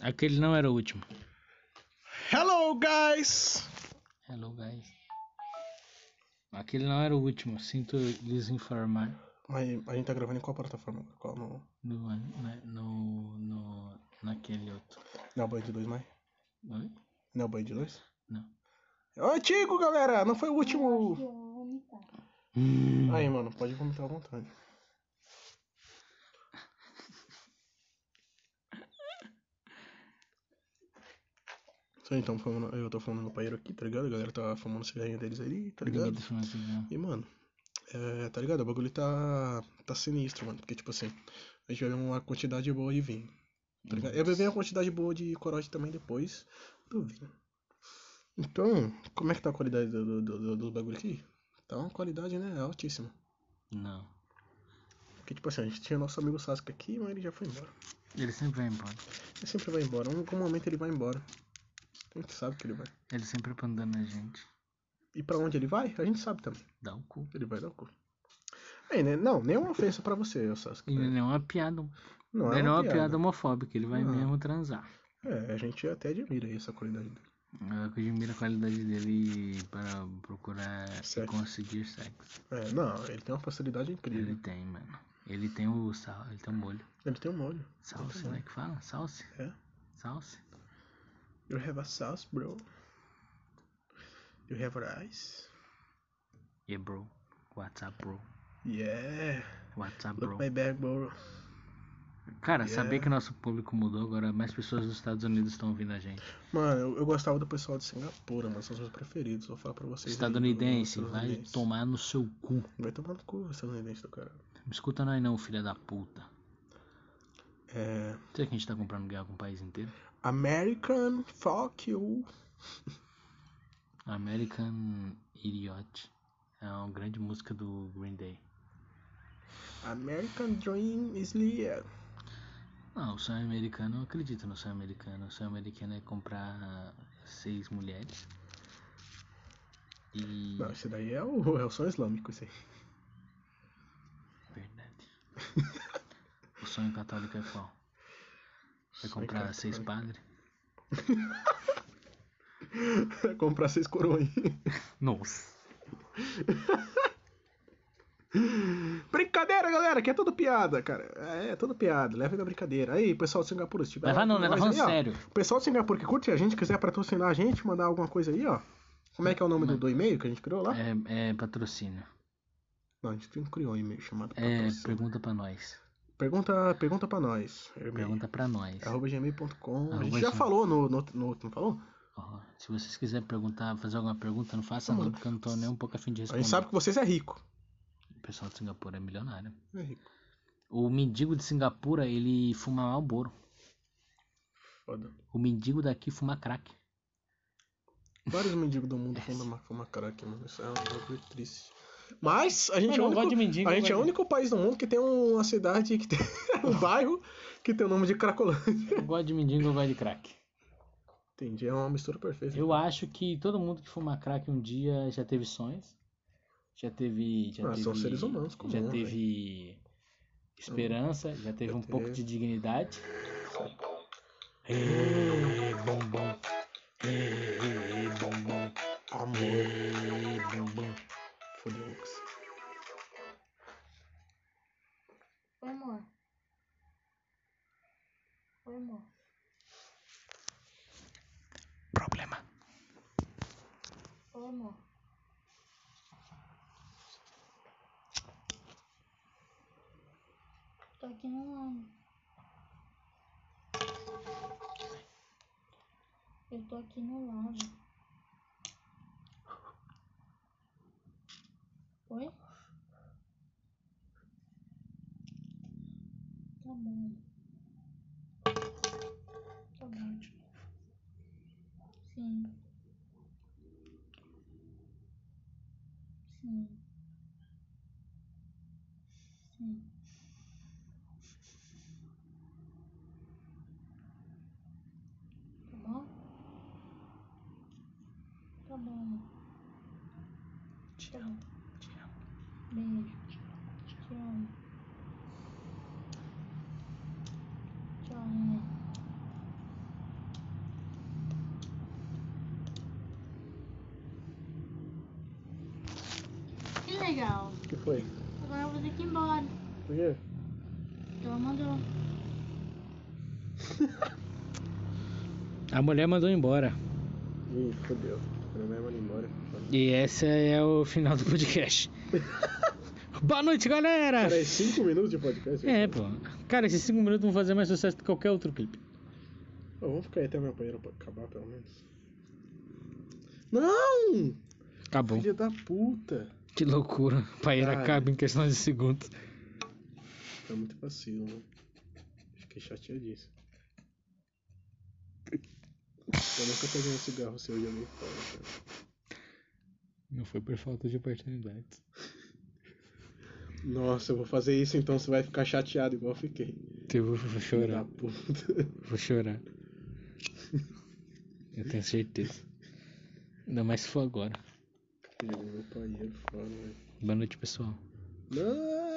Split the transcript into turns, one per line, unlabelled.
Aquele não era o último.
Hello, guys!
Hello, guys. Aquele não era o último, sinto lhes informar.
Mas a gente tá gravando em qual plataforma? Qual no...
No, na- no, no, naquele outro.
Não é o Band 2 mais?
Oi?
Não é o Band 2?
Não.
É o antigo, galera! Não foi o último!
Única.
Aí, mano, pode vomitar à vontade. Só então, fumando, eu tô fumando meu paeiro aqui, tá ligado? A galera tá fumando cigarrinho deles ali, tá ligado?
Ninguém tá falando assim, não.
E, mano, é, tá ligado? O bagulho tá, tá sinistro, mano. Porque, tipo assim, a gente bebe uma quantidade boa de vinho. Tá ligado? Eu bebi uma quantidade boa de corote também depois do vinho. Então, como é que tá a qualidade do, do, do, do bagulho aqui? Tá uma qualidade, né? Altíssima.
Não.
Porque, tipo assim, a gente tinha nosso amigo Sasuke aqui, mas ele já foi embora.
Ele sempre vai embora.
Ele sempre vai embora. Em algum momento ele vai embora. A gente sabe que ele vai.
Ele sempre abandona a gente.
E pra onde ele vai? A gente sabe também.
Dá o cu.
Ele vai dar o cu. Aí, né? Não, nenhuma ofensa pra você, Sasuke.
E
né?
não é uma piada.
Não
Não
é uma piada.
homofóbica, ele vai
Não.
mesmo transar.
É, a gente até admira aí essa qualidade dele.
Eu admiro a qualidade dele para procurar e
Sexo.
conseguir sexo.
É, não, ele tem uma facilidade
Ele
incrível.
tem, mano. Ele tem o sal, ele tem o molho.
Ele tem um molho.
Salsa, como é que fala? Salsa?
É.
Salsa?
You have a sauce, bro. You have rice.
Yeah, bro. What's up, bro?
Yeah.
What's up,
Look
bro?
my bag, bro.
Cara,
Yeah.
saber que nosso público mudou agora, mais pessoas dos Estados Unidos estão ouvindo a gente.
Mano, eu, eu gostava do pessoal de Singapura, mano. São os meus preferidos. Vou falar pra vocês. aí,
Estadunidense,
mano,
vai
estadunidense.
tomar no seu cu.
Vai tomar no cu, estadunidense do cara.
Não escuta nós não, filha da puta.
É.
Será que a gente tá comprando guerra com o país inteiro?
American, fuck you.
American Idiot. É uma grande música do Green Day.
American dream is real.
Não, o sonho americano, eu acredito no sonho americano. O sonho americano é comprar seis mulheres. E.
Não, esse daí é o, é o som islâmico, esse aí.
Verdade. o sonho católico é qual? É comprar
católico.
seis padres?
Comprar seis coroas.
Nossa.
Brincadeira, galera, que é tudo piada, cara. É, é tudo piada, leva na brincadeira. Aí, pessoal de Singapura, se tiver.
Levar não, né?
Mas
Levando
aí, ó,
sério.
Pessoal de Singapura que curte a gente, quiser patrocinar a gente, mandar alguma coisa aí, ó. Como é que é o nome do, do e-mail que a gente criou lá?
É, é patrocínio.
Não, a gente não criou um e-mail chamado
É,
patrocínio.
pergunta pra nós.
pergunta, pergunta pra nós. e-mail.
Pergunta pra nós.
Arroba gmail.com. A
Arroba
gente já
gmail.
falou no, no, no outro, não falou?
Ó, Se vocês quiserem perguntar, fazer alguma pergunta, não faça não, porque eu não tô nem um pouco afim de
Tá A
responder.
gente sabe que vocês é rico.
O pessoal de Singapura é milionário.
É rico.
O mendigo de Singapura, ele fuma Malboro.
Foda.
O mendigo daqui fuma crack.
Vários mendigos do mundo fundam uma, uma crack, mano. Isso é um bagulho triste. Mas a gente
Eu
é o
não gosto
único,
de mendigo,
a gente é o
mas-
único país do mundo que tem uma cidade, que tem um bairro que tem o nome de Cracolândia.
Eu gosto de mendigo, eu gosto de crack.
Entendi, é uma mistura perfeita.
Eu acho que todo mundo que fuma crack um dia já teve sonhos. Já teve. Já
Ah,
teve
são seres humanos comum,
Já
né,
teve esperança, já teve um pouco de dignidade. Ê, bombom. Ê, bombom.
Amor,
Ê, bombom.
fodeu. Lucas.
Oi, amor. Oi, amor.
Problema.
Oi, amor. Tô aqui no ano. Eu tô aqui no lounge. Oi? Tá bom. Tá bom. Sim. Sim. Sim. Tá bom? Tá bom. Te amo. Te amo. Beijo. Te amo. Tchau, Renan.
O que foi?
Agora eu vou ter que ir embora.
Por quê?
Ela mandou.
A mulher mandou embora.
Ih, fodeu. Meu mãe manda embora.
E esse é o final do podcast. Boa noite, galera!
Cara, é 5 minutos de podcast?
É, pô. Cara, esses 5 minutos vão fazer mais sucesso que qualquer outro clipe.
Ó, vamos ficar aí até minha banheira pra acabar, pelo menos. Não!
Acabou.
Filha da puta!
Que loucura. Paeira
Cara.
acaba em questão de segundos.
Tá muito vacilo, mano. Fiquei chateadíssimo. Eu nunca peguei um cigarro seu de alguém fora, cara.
Não foi por falta de oportunidades.
Nossa, eu vou fazer isso então você vai ficar chateado igual eu fiquei.
Eu vou, vou
Filha da
chorar.
puta.
Vou chorar. Eu tenho certeza. Ainda mais se for agora.
Filho do meu banheiro fora, é velho.
Boa noite, pessoal.
Não!